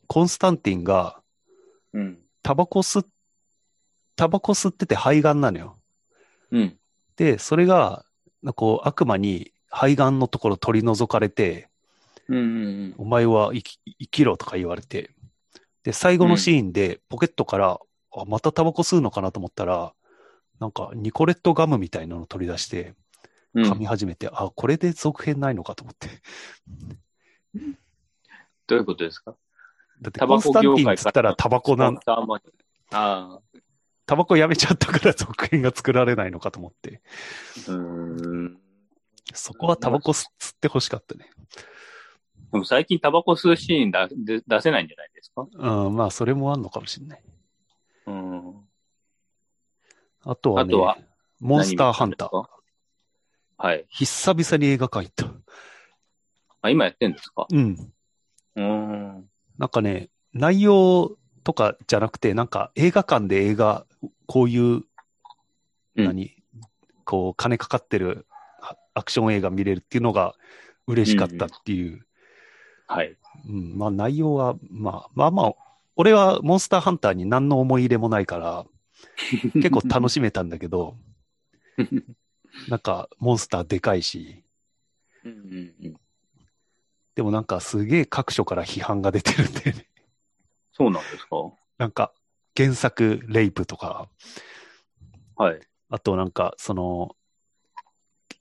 S1: コンスタンティンが、
S2: うん。
S1: タバコ吸っ、タバコ吸ってて肺がんなのよ。
S2: うん。
S1: で、それが、こう、悪魔に肺がんのところ取り除かれて、
S2: うんうん
S1: お前は生き生きろとか言われて、で、最後のシーンでポケットから、あまたタバコ吸うのかなと思ったら、なんかニコレットガムみたいなの取り出して、
S2: うん。う
S1: 噛
S2: ん
S1: み始めて、あ、これで続編ないのかと思って。
S2: どういうことですか
S1: だって
S2: タ
S1: コ
S2: バ
S1: ンス
S2: コ業
S1: タ
S2: 界
S1: ンティンっつったらタバコなん
S2: ス、ポンサーもあ
S1: タバコやめちゃったから続編が作られないのかと思って、
S2: あ、うーん。
S1: そこはタバコ吸吸ってほしかったね。
S2: でも最近タバコ吸うシーンだで出せないんじゃないですか
S1: うん、まあそれもあんのかもしれない。
S2: うん。
S1: あとはね、
S2: あとは
S1: モンスターハンター。
S2: ー。はい。
S1: 久々に映画館行った。
S2: あ、今やってんですか
S1: うん。
S2: うーん。
S1: なんかね、内容とかじゃなくて、なんか映画館で映画、こういう、
S2: うん
S1: 何、こう、金かかってるあアクション映画見れるっていうのが嬉しかったっていう。
S2: はい。
S1: うん、まあ内容は、まあまあまあ、俺はモンスターハンターに何の思い入れもないから、結構楽
S2: し
S1: しめたんだけ ど、
S2: い。
S1: なんかモンスターでかいし、
S2: うんうんうん
S1: でもなんかすげえ各所から批判が出てるんで、ね、
S2: そうなんですか
S1: なんか原作レイプとか、
S2: はい。
S1: あとなんか、その、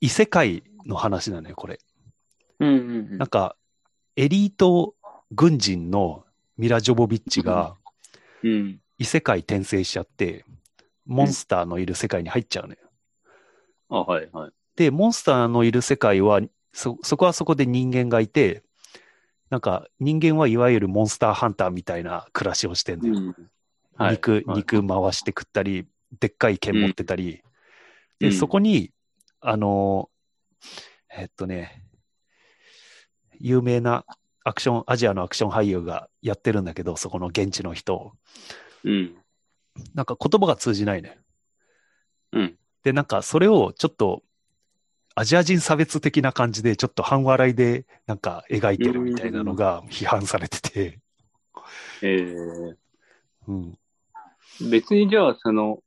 S1: 異世界の話なのよ、これ。
S2: うんうん
S1: なんか、エリート軍人のミラ・ジョボビッチが
S2: うん。うん。
S1: 異世界転生しちゃって、モンスターのいる世界に入っちゃうのよ。
S2: あ、はいはい。
S1: で、モンスターのいる世界は、そ、そこはそこで人間がいて、なんか人間はいわゆるモンスターハンターみたいな暮らしをしてんの
S2: う
S1: よ。
S2: ん。はい
S1: 肉、
S2: はい
S1: 肉回して食ったり、でっかい剣持ってたり、
S2: うん
S1: で、そこに、あの、えっとね、有名なアクション、アジアのアクション俳優がやってるんだけど、そこの現地の人を
S2: うん。
S1: なんか言葉が通じないね。
S2: うん。
S1: で、なんかそれをちょっと、アジア人差別的な感じで、ちょっと半笑いで、なんか描いてるみたいなのが批判されてて、
S2: えー
S1: うん。
S2: 別にじゃあ、その、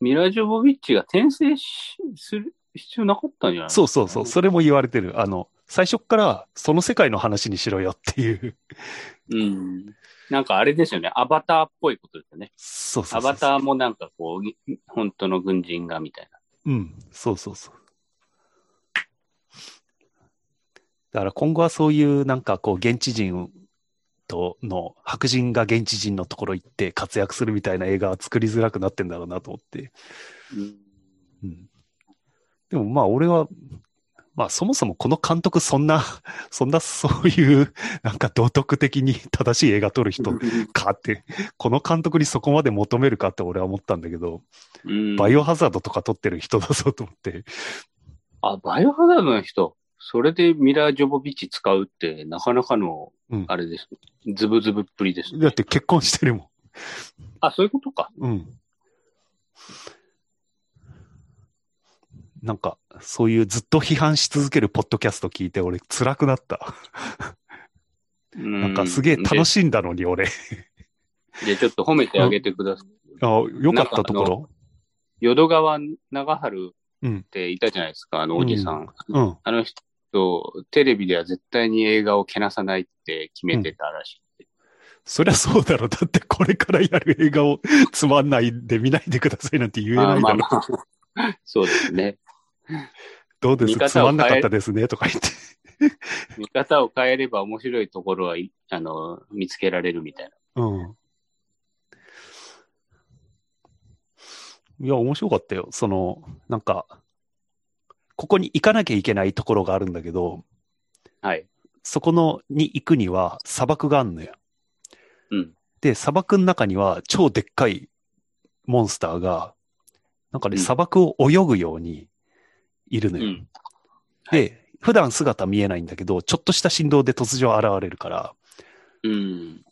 S2: ミラ・ジョボビッチが転生しする必要なかったんじゃない
S1: そうそうそう、
S2: う
S1: それも言われてる。あの、最初っからその世界の話にしろよっていう。
S2: う。うん。なんかあれですよね。アバターっぽいことですよね。
S1: そうそ
S2: ア
S1: うそうそう。
S2: バターもなんかこうぎ、本当の軍人がみたいな。
S1: うん、そうそうそう。だから今後はそういうなんかこう現地人との白人が現地人のところ行って活躍するみたいな映画は作りづらくなってんだろうなと思って。
S2: うん。
S1: うん、でもまあ俺は、まあそもそもこの監督そんな、 そんなそういうなんか道徳的に正しい映画撮る人かって、この監督にそこまで求めるかって俺は思ったんだけど、
S2: うん、
S1: バイオハザードとか撮ってる人だぞと思って。
S2: あ、バイオハザードの人。それでミラ・ジョボビッチ使うって、なかなかの
S1: うん、
S2: あれです。ズブズブっぷりです、
S1: だ
S2: ね
S1: っ。て結婚してるも
S2: あ、そういうことか。
S1: ん。うん。なんか、そういうずっと批判し続けるポッドキャスト聞いて、俺、辛くなった。な
S2: なん
S1: か、すげえ楽
S2: し
S1: しんだのに、俺。
S2: い。で、ちょっと褒めてあげてください。
S1: あよかったところ。
S2: 淀川長春
S1: うん
S2: っていたじゃないですか、あのおじさん。
S1: うん。
S2: あの人、テレビでは絶対に映画をけなさないって決めてたらしい。
S1: そりゃそうだろ。だって、これからやる映画をつまんないんで見ないでくださいなんて言え
S2: あ
S1: な
S2: ー
S1: い
S2: ま
S1: だ
S2: あ
S1: ろ。
S2: まあ、 そうですね。
S1: どうで
S2: 見
S1: す
S2: 方を
S1: つまんなかったですね、とか言って。
S2: 見方を変えれば面白いところはいあの見つけられるみたい
S1: うん。いや、面白かったよ。その、なんか、ここに行かなきゃいけないところがあるんだけど、
S2: な。はい。
S1: そこのに行くには砂漠があるのよ。
S2: うん。
S1: で、砂漠の中には超でっかいモンスターが、なんかね、
S2: うん
S1: 砂漠を泳ぐようにいる
S2: う
S1: のよ。
S2: ん。
S1: で、普段姿見えないんだけど、ちょっとした振動で突如現れるから、
S2: うん。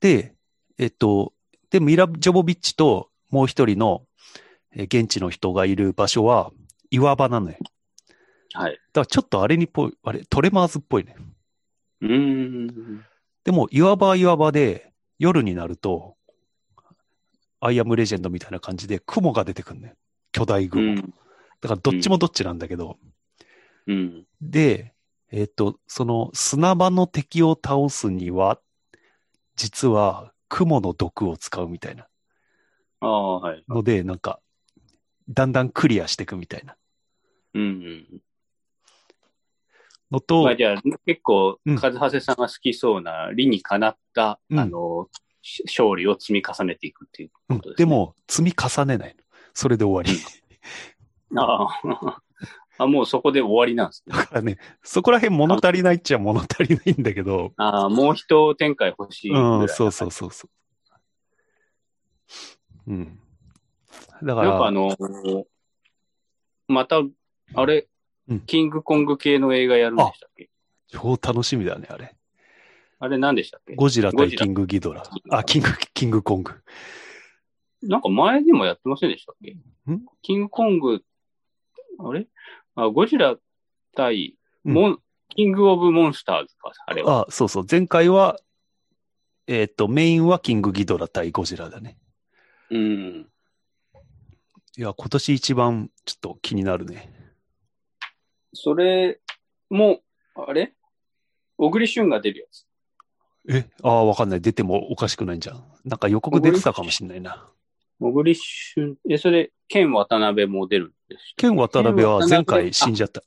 S1: で、えっと、で、ミラ・ジョボビッチともう一人のえー現地の人がいる場所は岩場なのよ。だ
S2: はい。
S1: からちょっとあれにぽい、あれ、トレマーズっぽいね。
S2: うーん。
S1: でも岩場は岩場で夜になると、アイアムレジェンドみたいな感じで雲が出てくるね。巨大
S2: う
S1: 雲。だ
S2: ん。
S1: からどっちもどっちなんだけど、
S2: うん。
S1: で、えっと、その砂場の敵を倒すには、実は雲の毒を使うみたいな。
S2: ああ、はい。
S1: ので、なんか、だんだんクリアしていくみたいな
S2: うんうん。
S1: のと、
S2: まあじゃあ、結構、
S1: うん
S2: 和長さんが好きそうな、理にかなった、
S1: うん
S2: あの、し勝利を積み重ねていくっていう
S1: うん
S2: ことです、ね。
S1: で、も、積み重ねないの。それで終わ
S2: ああ あ、もうそこで終わりなんですね。
S1: り。だからね、そこら辺物足りないっちゃ物足りないんだけど、
S2: ああ、もう一展開欲しいぐらいな。
S1: うん、そうそうそうそう。うん。だか
S2: な
S1: ら、
S2: んかあの、また、あれ、
S1: うん
S2: キングコング系の映画やるんでしたっけ
S1: 超楽しみだね、あれ。
S2: あれ何でしたっけ
S1: ゴジラ
S2: ゴ
S1: 対
S2: ジラ
S1: キングギドラ。あ、キング、キングコング。
S2: なんか前にもやってませんでしたっけ
S1: ん
S2: キングコング、あれあゴジラ対
S1: うん
S2: モン、キングオブモンスターズか、あれは。
S1: あ、そうそう。前回は、えっ、と、メインはキングギドラ対ゴジラだね。
S2: うん。
S1: いや、今年一番ちょっと気になるね。
S2: それも、あれ小栗旬が出るやつ。
S1: え、ああ、わかんない。出てもおかしくないんじゃん。なんか予告出てたかもしんないな。
S2: 小栗旬、え、それ、ケン渡辺も出るんですよ。
S1: ケン渡辺は前回死んじゃった。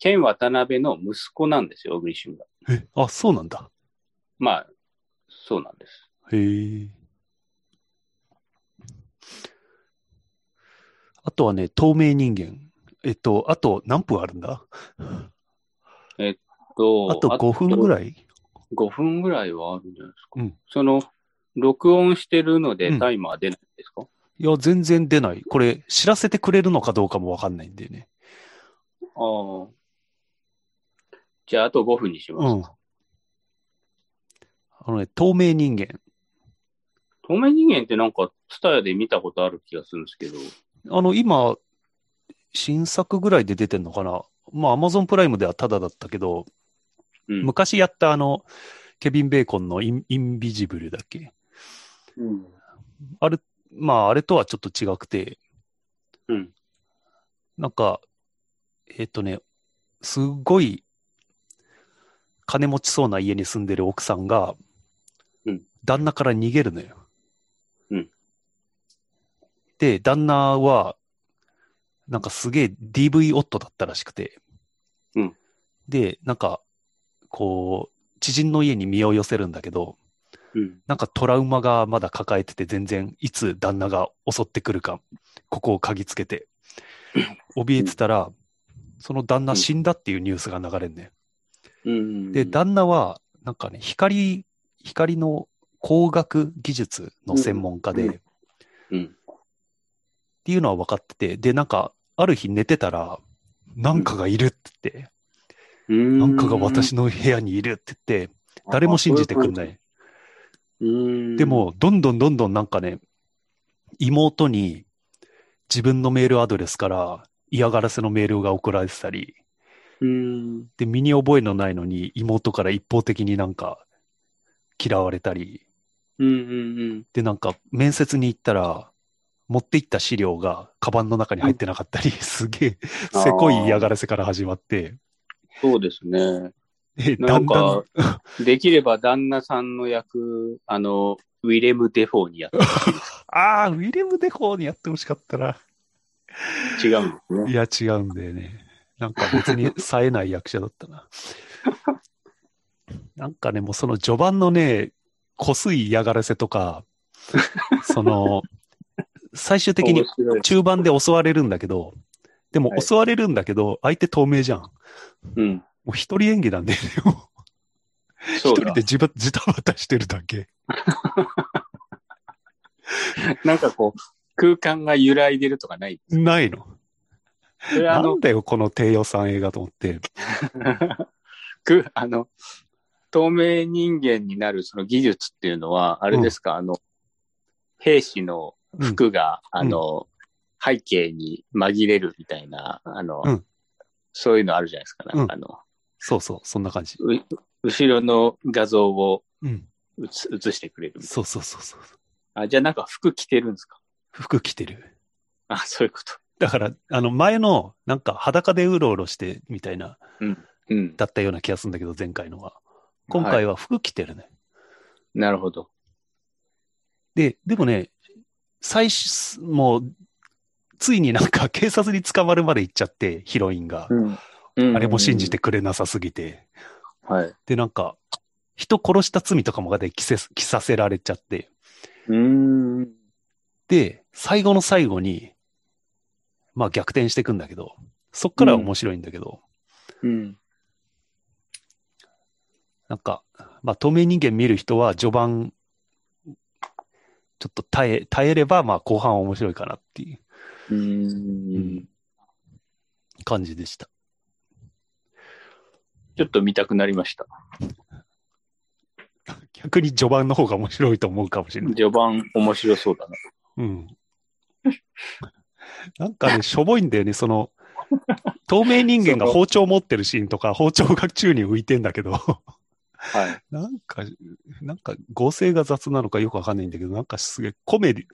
S2: ケン渡辺の息子なんですよ、小栗旬が。
S1: え、あ、そうなんだ。
S2: まあ、そうなんです。
S1: へえ。あとはね、透明人間。えっと、あと何分あるんだ
S2: と
S1: あと5分ぐ
S2: い。
S1: らい
S2: 5分ぐらいはあるんじゃないですか。
S1: うん
S2: その、録音してるの
S1: う
S2: で
S1: ん
S2: タイマー出ないんですか、
S1: いや、全然出ない。これ、知らせてくれるのかどうかもわかんないんでね。
S2: ああ。じゃあ、あと5分にします。
S1: うん。あのね、透明人間。
S2: 透明人間ってなんか、ツタヤで見たことある気がするんですけど、
S1: あの、今、新作ぐらいで出てんのかなまあ、アマゾンプライムではタダだったけど、
S2: うん
S1: 昔やったあの、ケビン・ベーコンのインインビジブルだっけ
S2: うん。
S1: あれ、まあ、あれとはちょっと違くて、
S2: うん。
S1: なんか、えっ、とね、すっごい、金持ちそうな家に住んでる奥さんが
S2: うん、
S1: 旦那から逃げるのよ。
S2: うん
S1: で、旦那は、なんかすげえ DV 夫だったらしくて、
S2: うん
S1: で、なんか、こう、知人の家に身を寄せるんだけど、
S2: うん。
S1: なんかトラウマがまだ抱えてて、全然いつ旦那が襲ってくるか、ここを嗅ぎつけて、怯えてたら、その旦那死んだっていうニュースが流れんね。
S2: うん。
S1: で、旦那は、なんかね、光、光の光学技術の専門家で、
S2: うんう
S1: っ
S2: んうん。
S1: ていうのは分かってて、で、なんか、ある日寝てたら、なんかがいるって言って、
S2: な
S1: なんかが私の部屋にいるって言って、誰も信じてくんない。
S2: うん。
S1: で、も、どんどんどんどんなんかね、妹に自分のメールアドレスから嫌がらせのメールが送られてたり、
S2: うん。
S1: で、身に覚えのないのに妹から一方的になんか嫌われたり、
S2: うんうん
S1: で、なんか面接に行ったら、持って行った資料がカバンの中に入ってなかったり、 すげえ、
S2: あー
S1: せこい嫌がらせから始まって、
S2: そうですね。
S1: でだ
S2: なん
S1: んだん
S2: か、、 できれば旦那さんの役、あの、ウィレム・デフォーにやって
S1: ああ、ウィレム・デフォーにやってほしかったな。
S2: 違うんですね。
S1: いや、違うんだよね。なんか別に冴えない役者だった な。なんかね、もうその序盤のね、こすい嫌がらせとか、その、最終的に
S2: 面白い
S1: 中盤で襲われるんだけど、でも
S2: はい
S1: 襲われるんだけど、相手透明じゃん。
S2: うん。
S1: もう一人演技なんだよね。もう
S2: そ
S1: 一
S2: う
S1: 人
S2: だ
S1: で。じばじたばたしてるだけ。
S2: なんかこう、空間が揺らいでるとかない。
S1: ないの。
S2: それあ
S1: な
S2: の
S1: ん、だよ、この低予算映画と思って。
S2: く、あの、透明人間になるその技術っていうのは、あれですか、あの、兵士の
S1: うん
S2: 服が、あの、背景に紛れるみたいな、あの、
S1: うん
S2: そういうのあるじゃないですか、なんかあの、
S1: そうそう、そんな感じ。
S2: う後ろの画像を
S1: うん。
S2: 映す映してくれるみたい
S1: そうそうそうそう。
S2: な。あ、じゃあなんか服着てるんですか
S1: 服着てる。
S2: あ、そういうこと。
S1: だから、あの、前の、なんか裸でうろうろして、みたいな、
S2: うん。
S1: だったような気がするんだけど、前回のは。今回は服着てるね。
S2: なるほど。
S1: で、でもね、最初、もう、ついになんか 警察に捕まるまで行っちゃって、ヒロインが。
S2: うん
S1: あれも信じて。くれなさすぎて。
S2: はい。
S1: で、なんか、人殺した罪とかまで着せ、着させられちゃって。
S2: うーん。
S1: で、最後の最後に、まあ逆転していくんだけど、そっからは面白いんだけど、
S2: うん。
S1: なんか、まあ透明人間見る人は序盤、ちょっと耐え、耐えれば、まあ後半は面白いかなっていう
S2: うー
S1: うんん。感じでした。
S2: ちょっと見たくなりました。
S1: 逆に序盤の方が面白いと思うかもしれない。
S2: 序盤面白そうだな。
S1: うん。なんかね、しょぼいんだよね、その、透明人間が包丁持ってるシーンとか、包丁が宙に浮いてんだけど、
S2: はい。
S1: なんか、なんか合成が雑なのかよくわかんないんだけど、なんかすげえコメディ、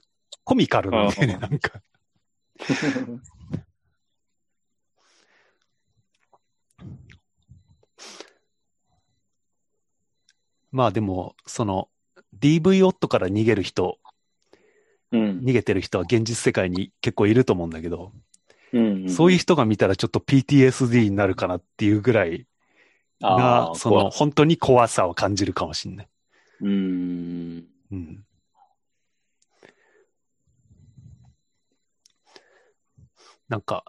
S1: コミカルなんだよね、
S2: あ
S1: なんか。まあでも、その、DV 夫から逃げる人、
S2: うん。
S1: 逃げてる人は現実世界に結構いると思うんだけど、
S2: うん
S1: そういう人が見たらちょっと PTSD になるかなっていうぐらい
S2: あ
S1: な
S2: あ、、
S1: その
S2: 怖い
S1: 本当に怖さを感じるかもしれない。
S2: うーん。
S1: うん。なんか、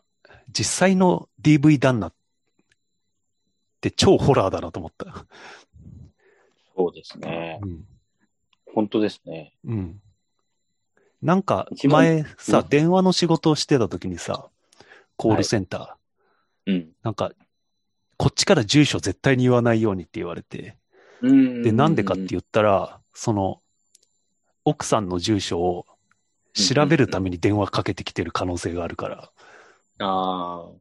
S1: 実際の DV 旦那って超ホラーだなと思った。
S2: そうですね。
S1: うん。
S2: 本当ですね。
S1: うん。なんか、
S2: 一番
S1: 前さ
S2: う、ん
S1: 電話の仕事をしてた時にさ、コールセンター、
S2: うん。
S1: なんか、こっちから住所絶対に言わないようにって言われて、
S2: うん
S1: で、なんでかって言ったら、その、奥さんの住所を調べるために電話かけてきてる可能性があるから。
S2: ああ。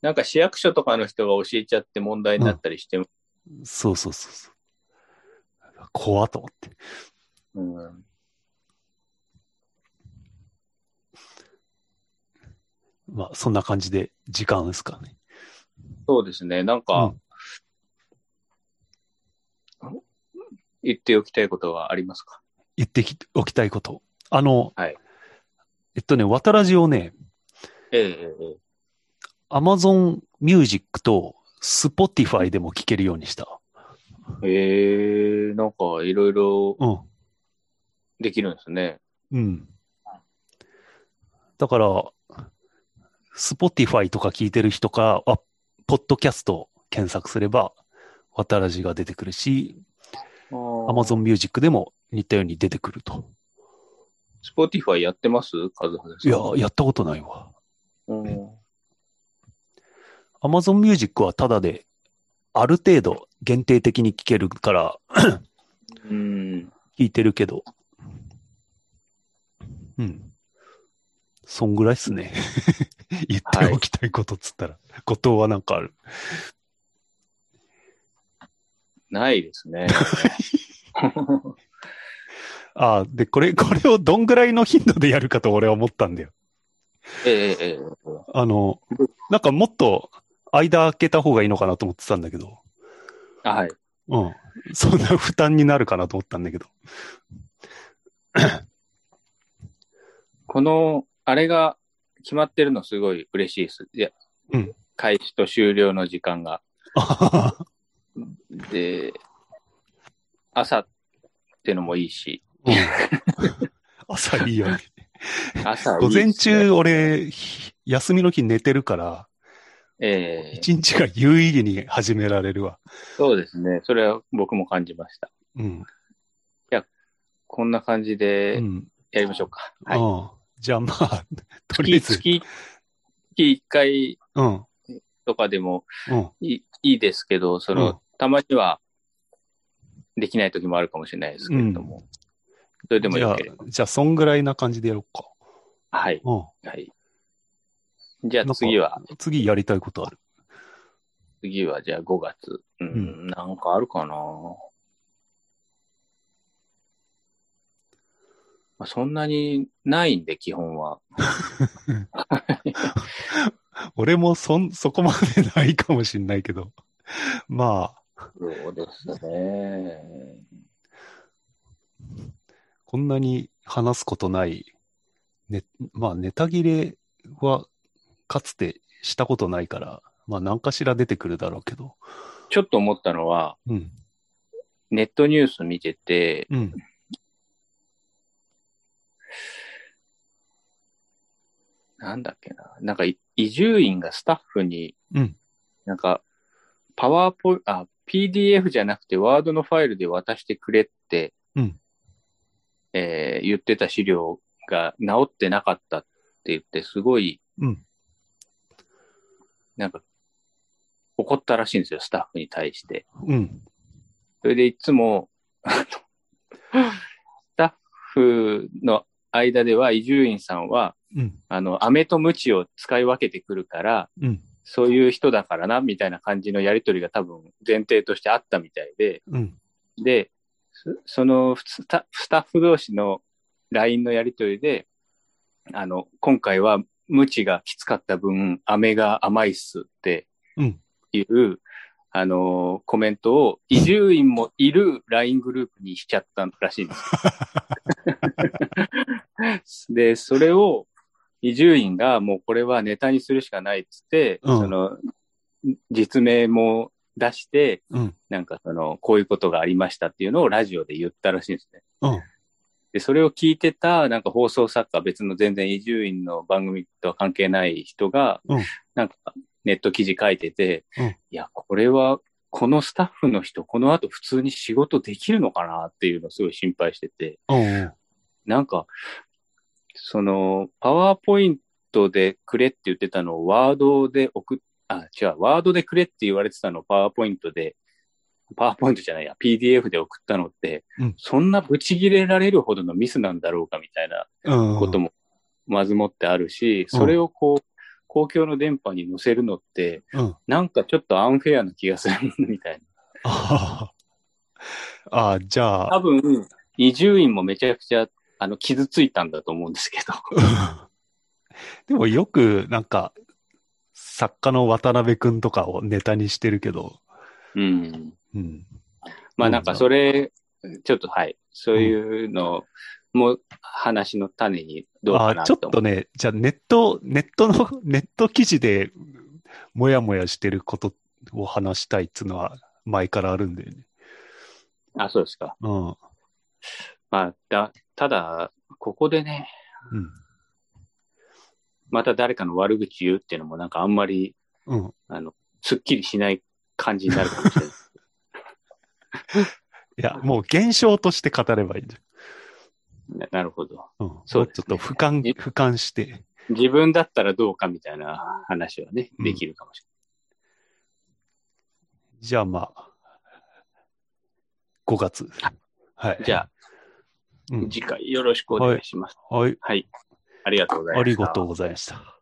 S2: なんか市役所とかの人が教えちゃって問題になったりしても、
S1: そうそうそうそう。怖っと思って。
S2: うん。
S1: まあ、そんな感じで時間ですかね。
S2: そうですね。なん
S1: う
S2: か
S1: ん、
S2: 言っておきたいことはありますか
S1: 言ってきおきたいこと。あの、
S2: はい
S1: えっとね、わたらじをね、
S2: ええええええ。
S1: Amazon Music と Spotify でも聴けるようにした。
S2: ええなんかいろいろ
S1: うん。
S2: できるんですね。
S1: うん。だから、Spotify とか聞いてる人か、あ、ポッドキャスト検索すれば、わたらじが出てくるし、Amazon Music でも似たように出てくると。
S2: スポティファイやってますカズハ
S1: い
S2: さん。
S1: や、やったことないわ。
S2: うん。
S1: Amazon Music はただで、ある程度限定的に聞けるから、
S2: うん。
S1: 聞いてるけど。うん。そんぐらいっす ね。言っておきたいことっつったら。後藤はなんかある。
S2: ないです ね。
S1: ああ、で、これ、 これをどんぐらいの頻度でやるかと俺は思ったんだよ。
S2: ええええええ。
S1: あの、なんかもっと間開けた方がいいのかなと思ってたんだけど、
S2: あはい。
S1: うん。そんな負担になるかなと思ったんだけど。
S2: この、あれが決まってるのすごい嬉しいです。いや、
S1: うん
S2: 開始と終了の時間が。
S1: あはは
S2: で、朝ってのもいいし、
S1: うん朝いいよね。
S2: 朝いい
S1: 午
S2: っすね
S1: 前中、俺、ひ休みの日寝てるから、
S2: ええ
S1: 一日が有意義に始められるわ。
S2: そうですね。それは僕も感じました。
S1: うん。
S2: こんな感じ
S1: う
S2: で
S1: ん。
S2: やりましょうか。はい。
S1: うんじゃあまあ、とりあえ
S2: 月、
S1: ず、
S2: 月、月1回
S1: うん。
S2: とかでも
S1: うん。
S2: いいいですけど、その、
S1: うん
S2: たまにはできない時もあるかもしれないですけれども、それで
S1: じ
S2: も
S1: ゃ
S2: よ
S1: あ
S2: ければ。、
S1: じゃあ、そんぐらいな感じでやろうか。
S2: はい、
S1: う
S2: はい。じ
S1: な
S2: ゃ
S1: んか
S2: あ次は、
S1: ん。次やりたいことある。
S2: 次はじゃあ5月。う
S1: う
S2: ん、なんかあるかな、まあ、そんなにないんで、基本は。
S1: 俺もそん、そこまでないかもしんないけど。まあ、
S2: そうですね。
S1: こんなに話すことない、ね、まあネタ切れはかつてしたことないから、まあ何かしら出てくるだろうけど。
S2: ちょっと思ったのは、
S1: うん。
S2: ネットニュース見てて、
S1: うん。
S2: なんだっけな。なんかい、移住院がスタッフに、
S1: うん。
S2: なんか、パワーポ、あ、PDF じゃなくて、ワードのファイルで渡してくれって、
S1: うん
S2: えー言ってた資料が治ってなかったって言って、すごい、
S1: うん。
S2: なんか、怒ったらしいんですよ、スタッフに対して。
S1: うん。
S2: それでいつも、あのスタッフの間では、伊集院さんは、
S1: うん。
S2: あの、飴と鞭を使い分けてくるから、
S1: うん。
S2: そういう人だからな、みたいな感じのやりとりが多分前提としてあったみたいで、
S1: うん。
S2: で、そそのスタスタッフ同士の LINE のやりとりで、あの、今回は無知がきつかった分、飴が甘いっすって
S1: うん
S2: いう、あの、コメントを移住院もいる LINE グループにしちゃったらしいん です。で、それを移住院がもうこれはネタにするしかないっつって、
S1: うん
S2: その、実名も出して、
S1: うん。
S2: なんかその、こういうことがありましたっていうのをラジオで言ったらしいんですね。
S1: うん。
S2: で、それを聞いてた、なんか放送作家、別の全然伊集院の番組とは関係ない人が、
S1: うん
S2: なんかネット記事書いてて、
S1: うん
S2: いや、これは、このスタッフの人、この後普通に仕事できるのかなっていうのをすごい心配してて、
S1: うん。
S2: なんか、その、パワーポイントでくれって言ってたのをワードで送っ、あ、違う、ワードでくれって言われてたのをパワーポイントで、パワーポイントじゃないや、PDF で送ったのって、
S1: うん
S2: そんなブチ切れられるほどのミスなんだろうかみたいな
S1: うん。
S2: ことも、まずもってあるし、それをこう、公共の電波に載せるのって、
S1: うん。
S2: なんかちょっとアンフェアな気がするみたい
S1: あはは あ、じゃ
S2: な。
S1: あ、
S2: 多分、伊集院もめちゃくちゃ、あの、傷ついたんだと思うんです けど。
S1: でもよくなんか、作家の渡辺くんとかをネタにしてるけど、
S2: うん。
S1: うん。
S2: まあ
S1: うん
S2: なんかそれ、ちょっとはい、そういうのも話の種にどうか
S1: あ
S2: な
S1: ち
S2: と
S1: ょっ
S2: 思う。
S1: とね、じゃあネット、ネットの、ネット記事でもやもやしてることを話したいっていうのは前からあるんだよね。
S2: あ、そうですか。
S1: うん。うん。
S2: まあ、だただ、ここでね、また誰かの悪口言うっていうのもなんかあんまり、
S1: うん。
S2: あの、すっきりしない感じになるかもしれない。
S1: いや、もう現象として語ればいいんだよ。
S2: ななるほど。
S1: うん。
S2: そうです
S1: ちょ
S2: ね
S1: っと俯瞰、
S2: え
S1: 俯瞰して。
S2: 自分だったらどうかみたいな話はね、
S1: うん
S2: できるかもし
S1: じゃあまあ、5月。はい
S2: れない。。じゃ
S1: うん
S2: あ、次回よろしくお願いします。
S1: はい。
S2: はい。ありがとうござい
S1: あ
S2: ま
S1: り
S2: した。
S1: がとうございました。